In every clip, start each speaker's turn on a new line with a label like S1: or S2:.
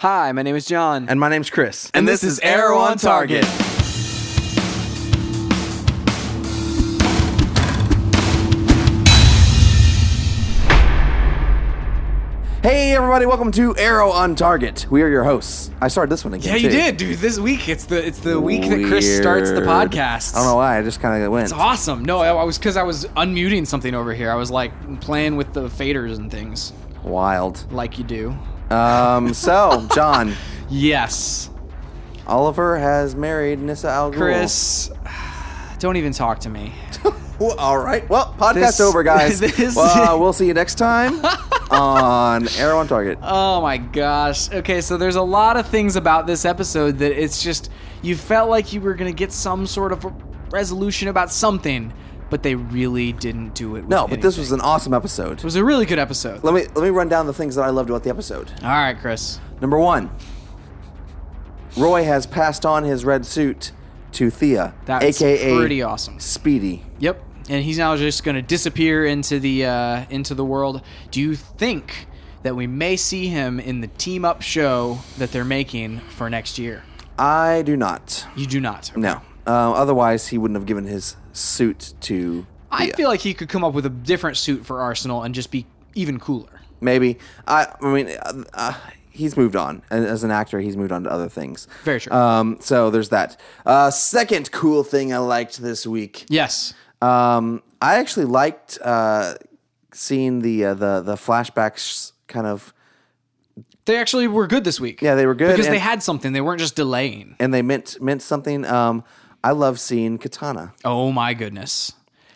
S1: Hi, my name is John.
S2: And my name's Chris.
S1: And this is Arrow on Target.
S2: Hey, everybody, welcome to Arrow on Target. We are your hosts. I started this one again.
S1: yeah, you
S2: too.
S1: did, dude. This week, it's the it's the week that Chris starts the
S2: Weird.
S1: podcast.
S2: I don't know why. I just kind of went.
S1: It's awesome. No, I, I was because I was unmuting something over here. I was like playing with the faders and things,
S2: Wild.
S1: like you do.
S2: Um, so, John,
S1: Yes,
S2: Oliver has married Nissa Al Ghul.
S1: Chris. Don't even talk to me.
S2: Well, all right. Well, podcast
S1: This-
S2: over, guys.
S1: this-
S2: Well, uh, we'll see you next time on Arrow on Target.
S1: Oh my gosh. Okay, so there's a lot of things about this episode that it's just you felt like you were gonna get some sort of resolution about something, but they really didn't do it. With
S2: no, but this
S1: anything.
S2: was an awesome episode.
S1: It was a really good episode.
S2: Let me let me run down the things that I loved about the episode.
S1: All right, Chris.
S2: Number one, Roy has passed on his red suit to Thea,
S1: That's
S2: aka
S1: pretty awesome.
S2: Speedy.
S1: Yep. And he's now just going to disappear into the uh, into the world. Do you think that we may see him in the team up show that they're making for next year?
S2: I do not.
S1: You do not.
S2: No. Um, otherwise, he wouldn't have given his suit to.
S1: I
S2: Thea.
S1: feel like he could come up with a different suit for Arsenal and just be even cooler.
S2: maybe. I. I mean, uh, uh, he's moved on A- as an actor. He's moved on to other things.
S1: Very true.
S2: Um, so there's that. Uh, second cool thing I liked this week.
S1: Yes.
S2: Um, I actually liked uh, seeing the uh, the the flashbacks kind of.
S1: They actually were good this week.
S2: Yeah, they were good
S1: Because
S2: and-
S1: they had something. They weren't just delaying.
S2: and they meant meant something. Um, I love seeing Katana.
S1: Oh my goodness.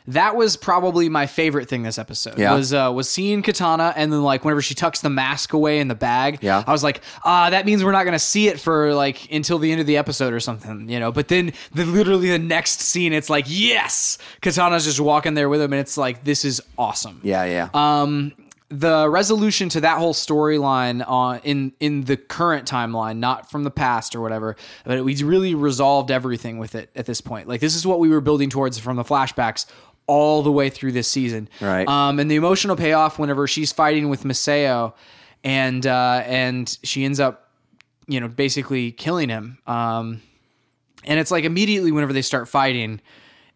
S1: That was probably my favorite thing this episode
S2: Yeah.
S1: was uh, was seeing Katana and then like whenever she tucks the mask away in the bag,
S2: Yeah.
S1: I was like, ah, that means we're not gonna see it for like until the end of the episode or something, you know. But then the literally the next scene, it's like, yes, Katana's just walking there with him, and it's like, this is awesome.
S2: Yeah, yeah.
S1: Um, the resolution to that whole storyline on in in the current timeline, not from the past or whatever, but we really resolved everything with it at this point. Like this is what we were building towards from the flashbacks all the way through this season.
S2: Right.
S1: Um, and the emotional payoff whenever she's fighting with Maseo, and uh, and she ends up, you know, basically killing him. Um, and it's like immediately whenever they start fighting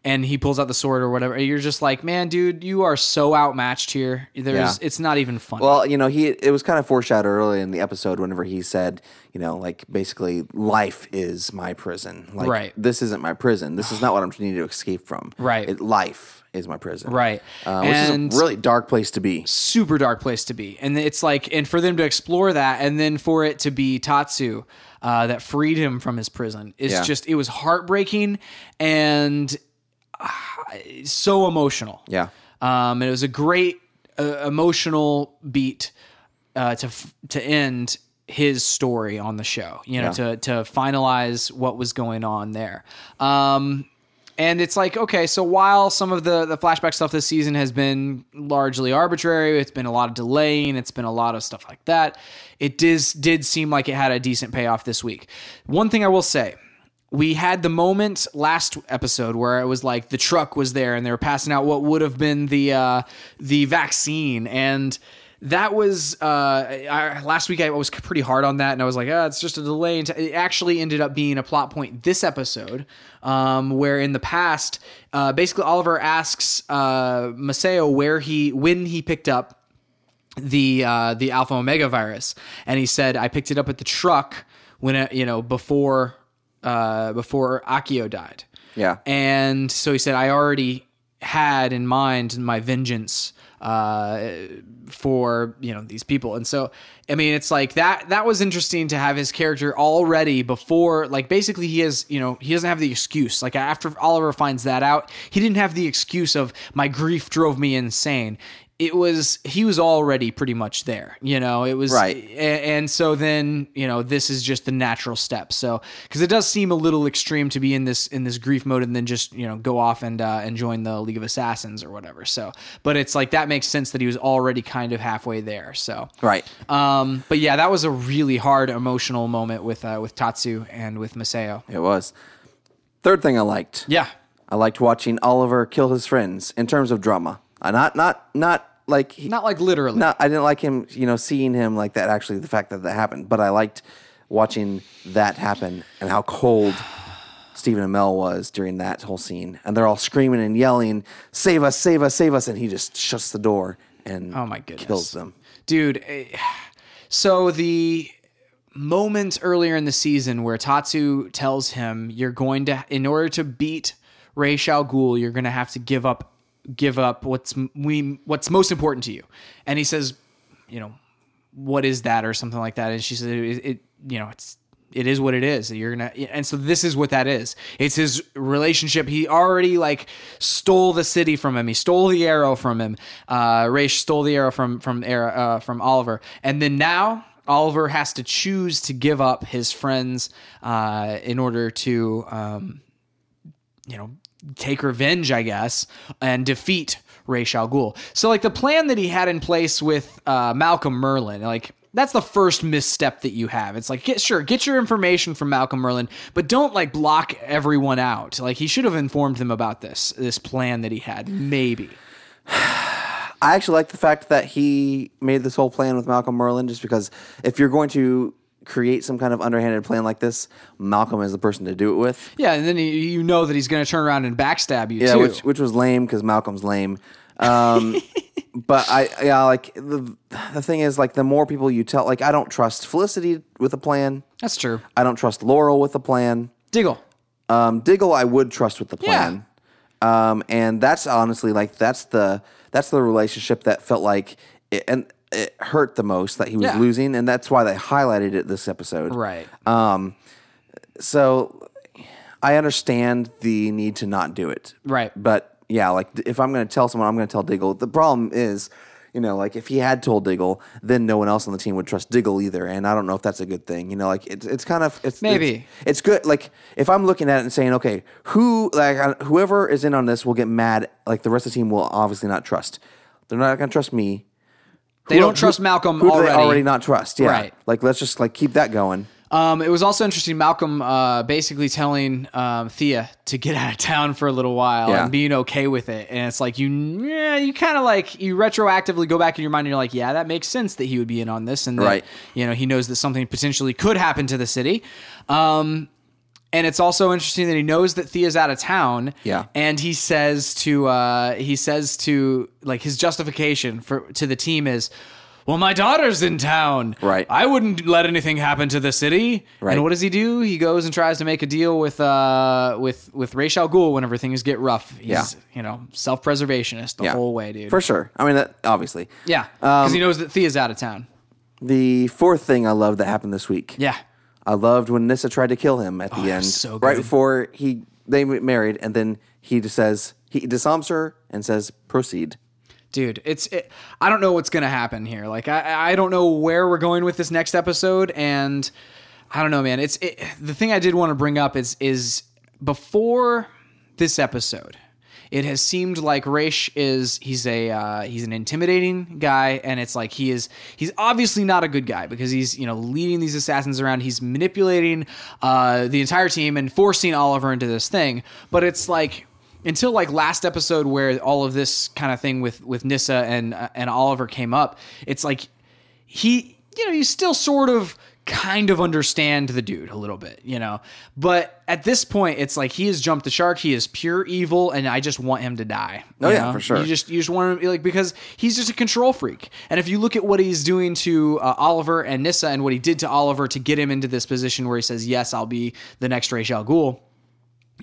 S1: and he pulls out the sword or whatever, you're just like, man, dude, you are so outmatched here. There's,
S2: Yeah.
S1: it's not even fun.
S2: well, you know, he it was kind of foreshadowed early in the episode whenever he said, you know, like basically life is my prison. Like
S1: Right.
S2: this isn't my prison. This is not what I'm trying to escape from.
S1: Right.
S2: It, life is my prison.
S1: right.
S2: Uh, which
S1: and
S2: is a really dark place to be.
S1: super dark place to be. And it's like, and for them to explore that and then for it to be Tatsu uh, that freed him from his prison is
S2: Yeah.
S1: just, it was heartbreaking and ah, it's so emotional.
S2: Yeah.
S1: Um, and it was a great uh, emotional beat uh, to f- to end his story on the show. You know, to to finalize what was going on there. Um, and it's like okay, so while some of the the flashback stuff this season has been largely arbitrary, it's been a lot of delaying, it's been a lot of stuff like that. It dis- did seem like it had a decent payoff this week. One thing I will say we had the moment last episode where it was like the truck was there and they were passing out what would have been the uh, the vaccine and that was uh, I, last week. I was pretty hard on that, and I was like, "Ah, it's just a delay." And it actually ended up being a plot point this episode, um, where in the past, uh, basically Oliver asks uh, Maseo where he when he picked up the uh, the alpha omega virus, and he said I picked it up at the truck when it, you know before uh, before Akio died,
S2: Yeah.
S1: and so he said I already had in mind my vengeance uh, for you know these people, and so I mean it's like that that was interesting to have his character already before like basically he has you know he doesn't have the excuse like after Oliver finds that out he didn't have the excuse of my grief drove me insane it was he was already pretty much there you know it was
S2: Right.
S1: a- and so then you know this is just the natural step so because it does seem a little extreme to be in this in this grief mode and then just you know go off and uh, and join the league of assassins or whatever so but it's like that makes sense that he was already kind of halfway there so
S2: Right.
S1: um but yeah that was a really hard emotional moment with uh with tatsu and with maseo
S2: It was. Third thing I liked.
S1: yeah
S2: I liked watching Oliver kill his friends in terms of drama. Uh, not not not like he,
S1: Not like literally.
S2: no, I didn't like him, you know, seeing him like that. Actually, the fact that that happened, but I liked watching that happen and how cold Stephen Amell was during that whole scene. And they're all screaming and yelling, "Save us! Save us! Save us!" And he just shuts the door and
S1: Oh my goodness.
S2: kills them.
S1: Dude, eh, so the moment earlier in the season where Tatsu tells him you're going to in order to beat Ray Shao Ghul, you're going to have to give up give up what's m- we what's most important to you. And he says, you know, what is that or something like that and she said it, it you know, it's it is what it is. You're gonna, and so this is what that is. It's his relationship. He already like stole the city from him. He stole the arrow from him. Uh, Raish stole the arrow from from Era- uh, from Oliver, and then now Oliver has to choose to give up his friends uh, in order to, um, you know, take revenge, I guess, and defeat Ra's al Ghul. So like the plan that he had in place with uh, Malcolm Merlin, like that's the first misstep that you have. It's like get sure get your information from Malcolm Merlin, but don't like block everyone out. Like he should have informed them about this this plan that he had. Maybe.
S2: I actually like the fact that he made this whole plan with Malcolm Merlin, just because if you're going to create some kind of underhanded plan like this, Malcolm is the person to do it with.
S1: Yeah, and then you- you know that he's going to turn around and backstab you
S2: Yeah,
S1: too.
S2: which which was lame because Malcolm's lame. Um, but I yeah like the the thing is like the more people you tell like I don't trust Felicity with a plan.
S1: that's true.
S2: I don't trust Laurel with a plan.
S1: Diggle.
S2: Um, Diggle I would trust with the
S1: Yeah.
S2: plan. Um, and that's honestly like that's the that's the relationship that felt like it, and it hurt the most that he was
S1: Yeah.
S2: losing, and that's why they highlighted it this episode.
S1: Right.
S2: So I understand the need to not do it.
S1: Right.
S2: But yeah, like th- if I'm going to tell someone, I'm going to tell Diggle. The problem is, you know, like if he had told Diggle, then no one else on the team would trust Diggle either, and I don't know if that's a good thing. You know, like it's it's kind of it's
S1: Maybe.
S2: it's, it's good. Like if I'm looking at it and saying, okay, who like I- whoever is in on this will get mad. Like the rest of the team will obviously not trust. They're not going to trust me.
S1: They
S2: Who-
S1: don't trust
S2: who-
S1: Malcolm
S2: who do
S1: already.
S2: They already not trust. Yeah.
S1: Right.
S2: Like let's just like keep that going.
S1: Um, it was also interesting. Malcolm uh, basically telling um, Thea to get out of town for a little while
S2: Yeah.
S1: and being okay with it, and it's like you, yeah, you kind of like you retroactively go back in your mind and you're like, yeah, that makes sense that he would be in on this, and that,
S2: Right.
S1: you know, he knows that something potentially could happen to the city. Um, and it's also interesting that he knows that Thea's out of town.
S2: Yeah.
S1: And he says to uh, he says to like his justification for to the team is, well, my daughter's in town.
S2: Right.
S1: I wouldn't let anything happen to the city.
S2: Right.
S1: And what does he do? He goes and tries to make a deal with uh with with Ra's al Ghul whenever things get rough. He's,
S2: Yeah.
S1: You know, self preservationist the
S2: Yeah.
S1: whole way, dude.
S2: For Um, sure. I mean, that obviously.
S1: yeah. Because he knows that Thea's out of town.
S2: The fourth thing I loved that happened this week.
S1: Yeah. Oh,
S2: I loved when Nissa tried to kill him at the end,
S1: so
S2: right
S1: good.
S2: before he they get married, and then he just says he disarms her and says, "Proceed."
S1: dude it's it, i don't know what's gonna happen here like I, I don't know where we're going with this next episode and i don't know man it's it, the thing i did want to bring up is is before this episode it has seemed like Raish is he's a uh, he's an intimidating guy and it's like he is he's obviously not a good guy because he's you know leading these assassins around he's manipulating uh, the entire team and forcing Oliver into this thing but it's like until like last episode where all of this kind of thing with with Nissa and uh, and Oliver came up, it's like he you know you still sort of kind of understand the dude a little bit, you know. But at this point, it's like he has jumped the shark. He is pure evil, and I just want him to die.
S2: Oh,
S1: you
S2: yeah,
S1: know?
S2: for sure.
S1: You just you just want him like because he's just a control freak. And if you look at what he's doing to uh, Oliver and Nissa and what he did to Oliver to get him into this position where he says yes, I'll be the next Ra's al Ghul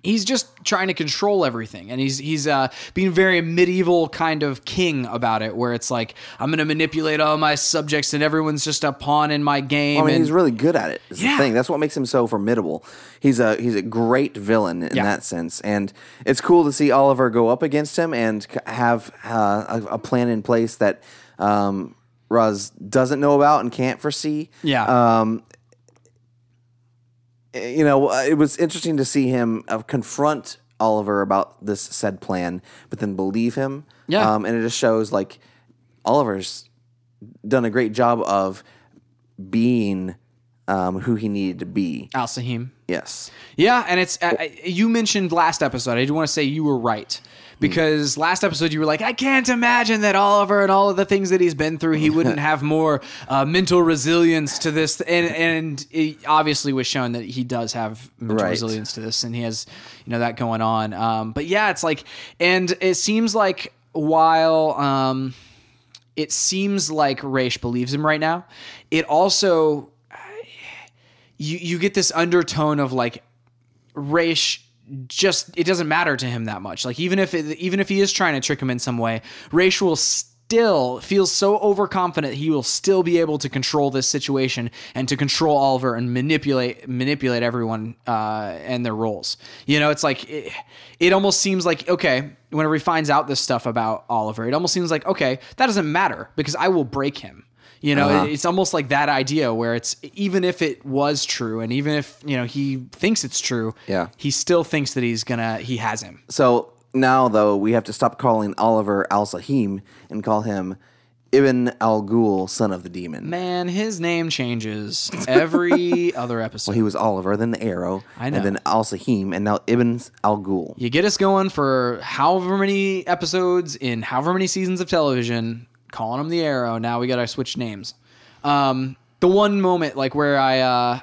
S1: he's just trying to control everything and he's he's uh, being very medieval kind of king about it where it's like i'm gonna manipulate all my subjects and everyone's just a pawn in my game
S2: I mean,
S1: and
S2: he's really good at it. Is
S1: Yeah.
S2: the thing. That's what makes him so formidable. He's a he's a great villain in
S1: Yeah.
S2: that sense, and it's cool to see Oliver go up against him and c- have uh, a, a plan in place that um, Roz doesn't know about and can't foresee.
S1: yeah
S2: uh, Um, you know, uh, it was interesting to see him uh, confront Oliver about this said plan, but then believe him.
S1: Yeah.
S2: Um, and it just shows like Oliver's done a great job of being um, who he needed to be.
S1: Al Sahim.
S2: Yes.
S1: Yeah, and it's I, I- you mentioned last episode. I do want to say you were right because last episode you were like, I can't imagine that Oliver and all of the things that he's been through, he wouldn't have more uh, mental resilience to this. And and it obviously was shown that he does have mental
S2: Right.
S1: resilience to this, and he has you know that going on. Um, but yeah, it's like, and it seems like while. Um, it seems like Raish believes him right now. It also you you get this undertone of like Raish just it doesn't matter to him that much. Like even if it, even if he is trying to trick him in some way, Raish will still feels so overconfident he will still be able to control this situation and to control Oliver and manipulate manipulate everyone uh, and their roles. You know, it's like it, it almost seems like okay whenever he finds out this stuff about Oliver, it almost seems like okay that doesn't matter because I will break him. You know, it- it's almost like that idea where it's even if it was true, and even if you know he thinks it's true,
S2: Yeah.
S1: he still thinks that he's gonna he has him.
S2: So now, though, we have to stop calling Oliver Al Sahim and call him Ibn Al Ghul, son of the demon.
S1: Man, his name changes every other episode.
S2: He was Oliver, then the Arrow,
S1: I know.
S2: and then Al Sahim, and now Ibn Al Ghul.
S1: you get us going for however many episodes in however many seasons of television, calling him the Arrow. Now we got to switch names. Um, the one moment like where I uh,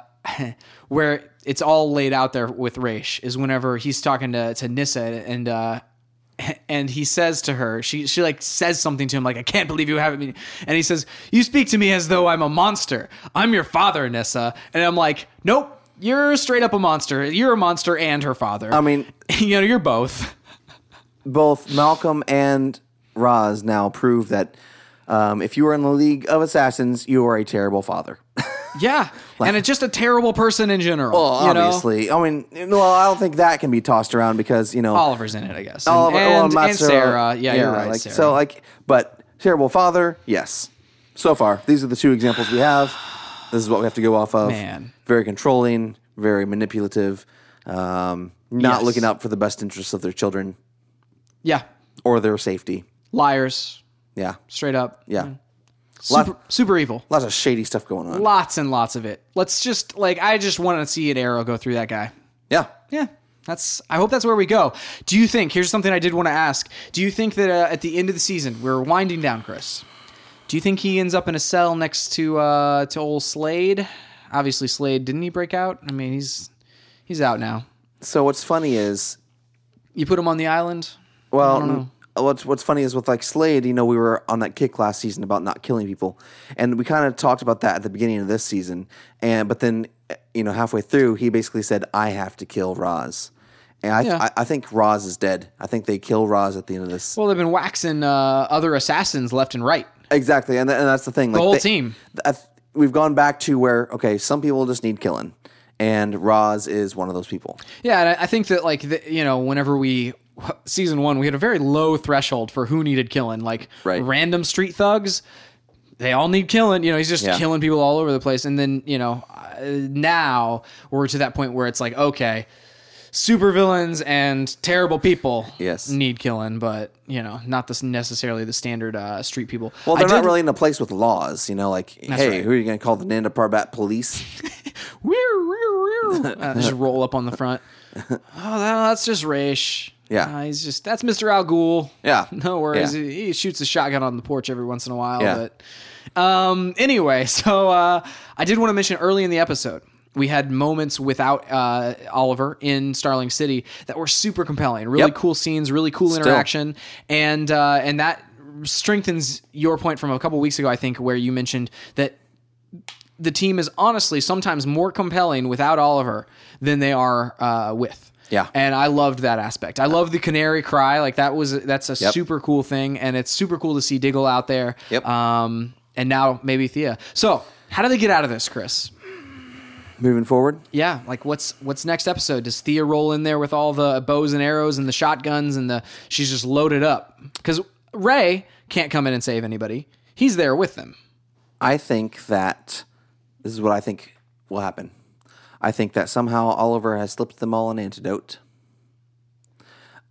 S1: where it's all laid out there with Raish is whenever he's talking to to Nissa and uh, and he says to her, she she like says something to him like I can't believe you haven't been. And he says, "You speak to me as though I'm a monster. I'm your father, Nissa." And I'm like, "Nope." You're straight up a monster. You're a monster and her father.
S2: I mean,
S1: you know, you're both.
S2: both Malcolm and Roz now prove that um, if you are in the League of Assassins, you are a terrible father.
S1: Yeah. and it's just a terrible person in general.
S2: Well,
S1: Oh, you know?
S2: obviously. I mean, well, I don't think that can be tossed around because, you know,
S1: Oliver's in it, I guess. Oh, And,
S2: Oliver- well,
S1: and,
S2: not
S1: and Sarah. Yeah, you're right.
S2: like,
S1: Sarah.
S2: So, uh, like, but terrible father, yes. So far, these are the two examples we have. This is what we have to go off of.
S1: Man.
S2: Very controlling, very manipulative, um, not
S1: Yes.
S2: looking out for the best interests of their children
S1: yeah.
S2: or their safety.
S1: Liars.
S2: Yeah.
S1: Straight up.
S2: Yeah.
S1: Super, super evil.
S2: Lots of shady stuff going on.
S1: Lots and lots of it. Let's just, like, I just want to see an arrow go through that guy.
S2: Yeah.
S1: Yeah. That's. I hope that's where we go. Do you think? Here's something I did want to ask. Do you think that uh, at the end of the season we're winding down, Chris? Do you think he ends up in a cell next to uh, to old Slade? Obviously, Slade didn't he break out? I mean, he's he's out now.
S2: So what's funny is
S1: You put him on the island.
S2: Well, n- what's what's funny is with like Slade, you know, we were on that kick last season about not killing people, and we kind of talked about that at the beginning of this season, and but then, eh, you know, halfway through, he basically said, "I have to kill Roz," and I
S1: Yeah.
S2: I, I think Roz is dead. I think they kill Roz at the end of this.
S1: Well, they've been waxing uh, other assassins left and right.
S2: exactly, and, tha- and that's the thing. Like,
S1: whole
S2: they-
S1: team.
S2: th- I th- we've gone back to where okay, some people just need killing, and Roz is one of those people.
S1: Yeah, and I I think that like the, you know, whenever we season one, we had a very low threshold for who needed killing. Like
S2: Right.
S1: random street thugs, they all need killing. You know, he's just
S2: Yeah.
S1: killing people all over the place. And then you know, uh, now we're to that point where it's like, okay, supervillains and terrible people
S2: Yes.
S1: need killing, but you know, not this necessarily the standard uh, street people.
S2: Well,
S1: I
S2: they're not
S1: did-
S2: really in a place with laws, you know. Like, hey,
S1: right.
S2: who are you going to call the Nanda Parbat police?
S1: Uh, just roll up on the front. Oh, that- that's just Raish.
S2: Yeah.
S1: Uh, he's just that's Mr. Al Ghul.
S2: Yeah.
S1: no worries.
S2: Yeah.
S1: He, he shoots a shotgun on the porch every once in a while.
S2: Yeah.
S1: But um, anyway, so uh, I did want to mention early in the episode. We had moments without uh, Oliver in Starling City that were super compelling. Really
S2: Yep.
S1: cool scenes, really cool interaction, and uh, and that strengthens your point from a couple weeks ago. I think where you mentioned that the team is honestly sometimes more compelling without Oliver than they are uh, with.
S2: Yeah.
S1: and I loved that aspect. I love the canary cry. Like that was that's a
S2: Yep.
S1: super cool thing, and it's super cool to see Diggle out there.
S2: Yep.
S1: Um, and now maybe Thea. So how do they get out of this, Chris?
S2: Moving forward.
S1: Yeah, like what's what's next episode? Does Thea roll in there with all the bows and arrows and the shotguns and the she's just loaded up because Ray can't come in and save anybody. He's there with them.
S2: I think that this is what I think will happen. I think that somehow Oliver has slipped them all an antidote.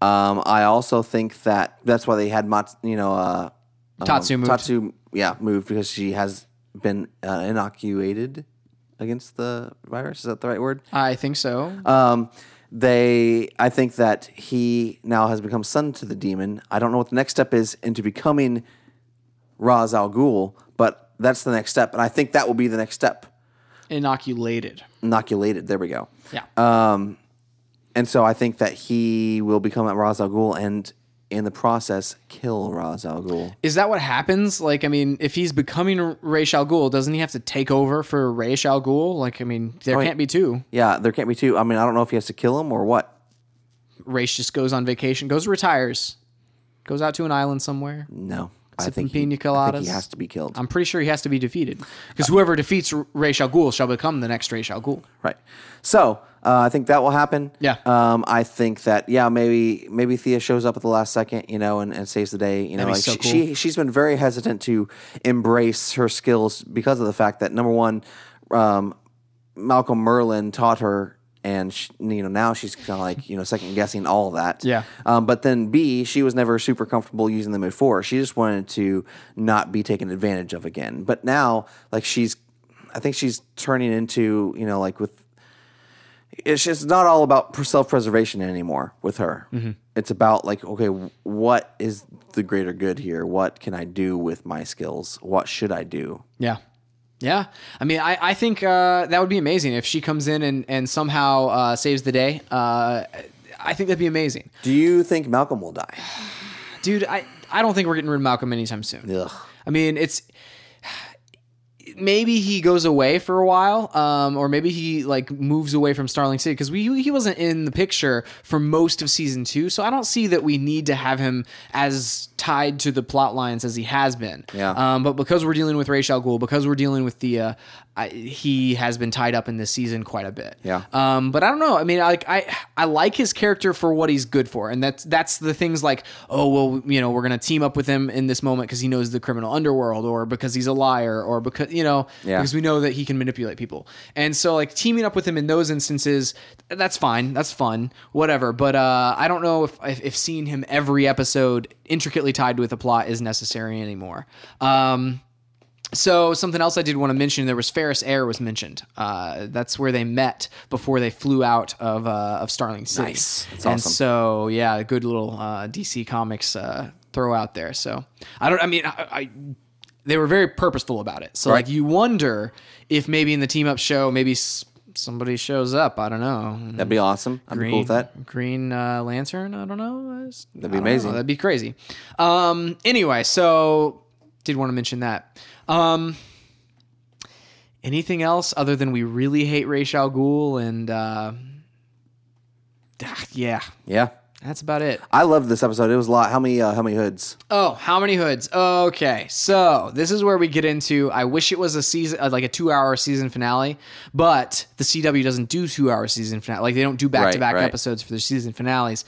S2: Um, I also think that that's why they had Mat, you know, uh, um,
S1: Tatsu moved.
S2: Tatsu, yeah, moved because she has been uh, inoculated. against the virus. Is that the right word?
S1: I think so.
S2: Um, they, I think that he now has become son to the demon. I don't know what the next step is into becoming Ra's al Ghul, but that's the next step, and I think that will be the next step.
S1: Inoculated.
S2: Inoculated. There we go.
S1: Yeah.
S2: And so I think that he will become a Ra's al Ghul, and in the process, kill Ra's al Ghul.
S1: Is that what happens? Like, I mean, if he's becoming Ra's al Ghul, doesn't he have to take over for Ra's al Ghul? Like, I mean, there can't be two.
S2: Yeah, there can't be two. I mean, I don't know if he has to kill him or what.
S1: Race just goes on vacation, goes retires, goes out to an island somewhere.
S2: No, I
S1: Sipping
S2: think, he,
S1: pina
S2: I think
S1: coladas.
S2: he has to be killed.
S1: I'm pretty sure he has to be defeated because whoever defeats Ra's al Ghul shall become the next Ra's al Ghul.
S2: Right. So uh, I think that will happen.
S1: Yeah.
S2: Um, I think that yeah maybe maybe Thea shows up at the last second you know and, and saves the day you know
S1: be
S2: like
S1: so
S2: she,
S1: cool.
S2: she she's been very hesitant to embrace her skills because of the fact that number one um, Malcolm Merlin taught her. And she, you know now she's kind of like you know second guessing all of that.
S1: Yeah.
S2: Um, but then B, she was never super comfortable using them before. She just wanted to not be taken advantage of again. But now, like she's, I think she's turning into you know like with it's just not all about self preservation anymore with her.
S1: Mm-hmm.
S2: It's about like, okay, what is the greater good here? What can I do with my skills? What should I do?
S1: Yeah. Yeah. I mean, I, I think uh, that would be amazing if she comes in and, and somehow uh, saves the day. Uh, I think that'd be amazing.
S2: Do you think Malcolm will die?
S1: Dude, I, I don't think we're getting rid of Malcolm anytime soon.
S2: Ugh.
S1: I mean, it's maybe he goes away for a while, um, or maybe he like moves away from Starling City because we he wasn't in the picture for most of season two. So I don't see that we need to have him as tied to the plot lines as he has been.
S2: Yeah.
S1: Um, but because we're dealing with Rachel Ghoul, because we're dealing with Thea, I, he has been tied up in this season quite a bit.
S2: Yeah.
S1: Um, but I don't know. I mean, like I I like his character for what he's good for, and that's that's the things like oh well, you know, we're gonna team up with him in this moment because he knows the criminal underworld, or because he's a liar, or because you know,
S2: Yeah.
S1: because we know that he can manipulate people, and so like teaming up with him in those instances, th- that's fine, that's fun, whatever. But uh, I don't know if, if if seeing him every episode intricately tied with a plot is necessary anymore. Um, so something else I did want to mention there was Ferris Air was mentioned. Uh, that's where they met before they flew out of uh, of Starling City.
S2: Nice. That's
S1: and
S2: awesome.
S1: so yeah, a good little uh, DC Comics uh, throw out there. So I don't. I mean, I, I they were very purposeful about it. So
S2: Right.
S1: like you wonder if maybe in the team up show maybe s- somebody shows up. I don't know.
S2: That'd be awesome. I'd be cool with that.
S1: Green uh, Lantern. I don't know. It's-
S2: That'd be
S1: I don't know.
S2: amazing.
S1: That'd be crazy. Um, anyway, so did want to mention that. Um, anything else other than we really hate Ra's al Ghul and uh, ah, yeah,
S2: Yeah.
S1: that's about it.
S2: I loved this episode. It was a lot. How many uh, how many hoods?
S1: Oh, how many hoods? Okay, so this is where we get into. I wish it was a season, uh, like a two-hour season finale, but the CW doesn't do two-hour season finale. Like they don't do back-to-back
S2: right.
S1: episodes for their season finales.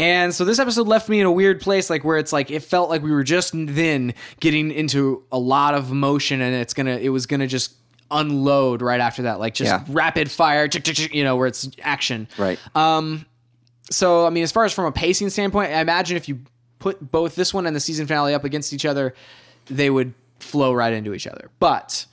S1: And so this episode left me in a weird place, like where it's like it felt like we were just then getting into a lot of motion, and it's gonna, it was gonna just unload right after that, like just
S2: Yeah.
S1: rapid fire, chick, chick, chick, you know, where it's action,
S2: Right.
S1: so I mean, as far as from a pacing standpoint, I imagine if you put both this one and the season finale up against each other, they would flow right into each other. But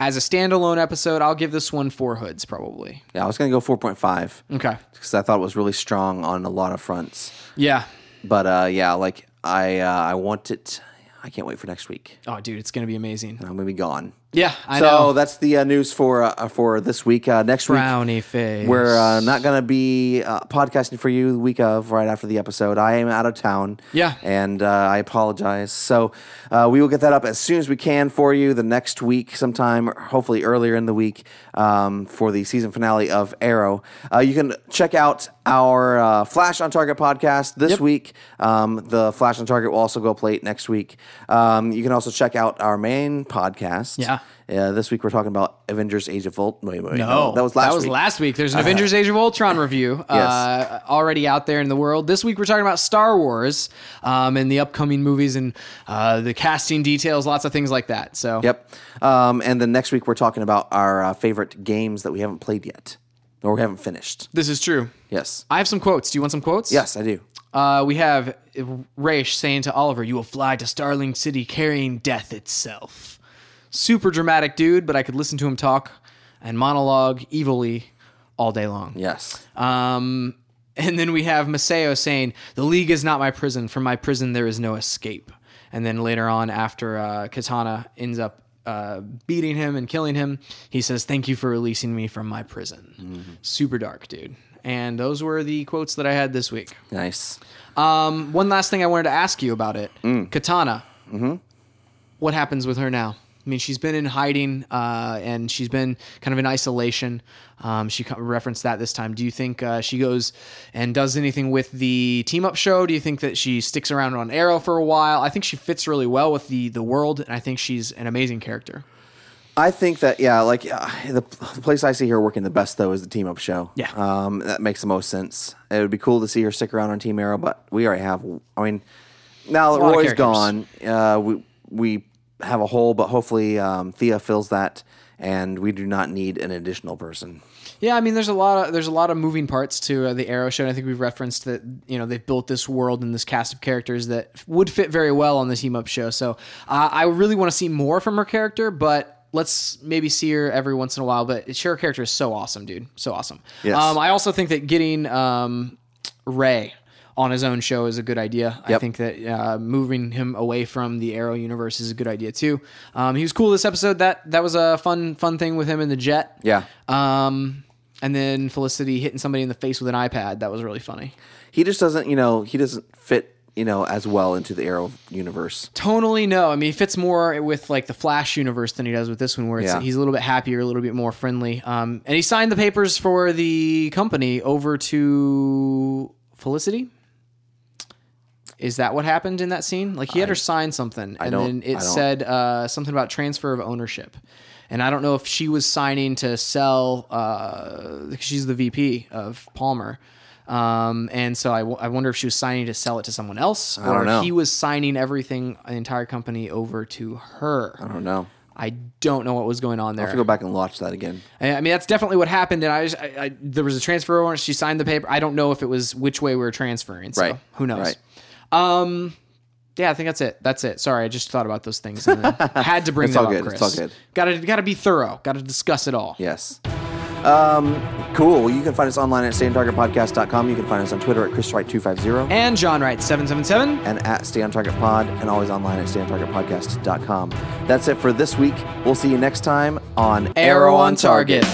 S1: as a standalone episode, I'll give this one four hoods probably.
S2: yeah, I was gonna go four point five
S1: Okay.
S2: because I thought it was really strong on a lot of fronts.
S1: Yeah.
S2: But uh, yeah, like I uh, I want it. I can't wait for next week.
S1: Oh, dude, it's gonna be amazing.
S2: I'm gonna be gone.
S1: Yeah, I
S2: so
S1: know.
S2: that's the uh, news for uh, for this week. Uh, next
S1: Brownie
S2: week,
S1: face.
S2: we're uh, not going to be uh, podcasting for you the week of right after the episode. I am out of town.
S1: Yeah.
S2: and uh, I apologize. So uh, we will get that up as soon as we can for you the next week, sometime hopefully earlier in the week um, for the season finale of Arrow. Uh, you can check out our uh, Flash on Target podcast this week. Um, the Flash on Target will also go up late next week. Um, you can also check out our main podcast.
S1: Yeah.
S2: Uh, this week we're talking about Avengers: Age of Ultron. Wait, wait, wait,
S1: Oh,
S2: that was last. week.
S1: There's an Avengers Age of Ultron review uh, already out there in the world. This week we're talking about Star Wars um, and the upcoming movies and uh, the casting details, lots of things like that. So
S2: Yep. Um, and then next week we're talking about our uh, favorite games that we haven't played yet or we haven't finished.
S1: this is true.
S2: Yes.
S1: I have some quotes. Do you want some quotes?
S2: Yes, I do.
S1: Uh, we have Raish saying to Oliver, "You will fly to Starling City carrying death itself." Super dramatic dude, but I could listen to him talk. and monologue evilly all day long.
S2: Yes.
S1: Um, and then we have Maseo saying, "The League is not my prison. From my prison, there is no escape." And then later on, after uh, Katana ends up uh, beating him and killing him, he says, "Thank you for releasing me from my prison." Super dark, dude. And those were the quotes that I had this week.
S2: Nice.
S1: Um, one last thing I wanted to ask you about it, Katana. Mm-hmm. What happens with her now? I mean, she's been in hiding uh, and she's been kind of in isolation. Um, she co- referenced that this time. Do you think uh, she goes and does anything with the team up show? Do you think that she sticks around on Arrow for a while? I think she fits really well with the the world, and I think she's an amazing character.
S2: I think that yeah, like uh, the, the place I see her working the best though is the team up show.
S1: Yeah.
S2: um, that makes the most sense. It would be cool to see her stick around on Team Arrow, but we already have. I mean, now that
S1: lot of
S2: Roy's gone,
S1: characters.
S2: uh, we we have a hole, but hopefully um, Thea fills that, and we do not need an additional person.
S1: Yeah, I mean, there's a lot of there's a lot of moving parts to uh, the Arrow show. And I think we've referenced that you know they've built this world and this cast of characters that f- would fit very well on the team up show. So uh, I really want to see more from her character, but let's maybe see her every once in a while. But sure, her character is so awesome, dude, so awesome.
S2: Yes.
S1: Um, I also think that getting um, Ray on his own show is a good idea. I
S2: Yep.
S1: think that uh, moving him away from the Arrow universe is a good idea too. Um, he was cool this episode. That that was a fun fun thing with him in the jet.
S2: Yeah,
S1: Um, and then Felicity hitting somebody in the face with an iPad. That was really funny.
S2: he just doesn't. You know, he doesn't fit. You know, as well into the Arrow universe.
S1: Tonally, no. I mean, he fits more with like the Flash universe than he does with this one, where it's,
S2: Yeah.
S1: he's a little bit happier, a little bit more friendly. Um, and he signed the papers for the company over to Felicity. Is that what happened in that scene? Like he had her sign something, and
S2: don't-
S1: then it
S2: I don't-
S1: said uh, something about transfer of ownership. And I don't know if she was signing to sell. Uh, she's the VP of Palmer, um, and so I, w- I wonder if she was signing to sell it to someone else, or
S2: don't know.
S1: he was signing everything, the entire company, over to her.
S2: I don't know.
S1: I don't know what was going on
S2: I have
S1: there.
S2: to go back and watch that again.
S1: I I mean, that's definitely what happened. And I, just, I, I there was a transfer order. She signed the paper. I don't know if it was which way we were transferring. So
S2: Right.
S1: who knows?
S2: Right.
S1: Um, yeah, I think that's it. That's it. Sorry, I just thought about those things and then had to bring
S2: It's
S1: them
S2: all
S1: up.
S2: good.
S1: Chris.
S2: It's all good.
S1: Got to got to be thorough. Got to discuss it all.
S2: Yes. Um, cool. You can find us online at stayontargetpodcast.com. You can find us on Twitter at chriswright250
S1: And John Wright seven seven seven.
S2: and at stayontargetpod and always online at stayontargetpodcast.com. That's it for this week. We'll see you next time on
S1: Arrow on target.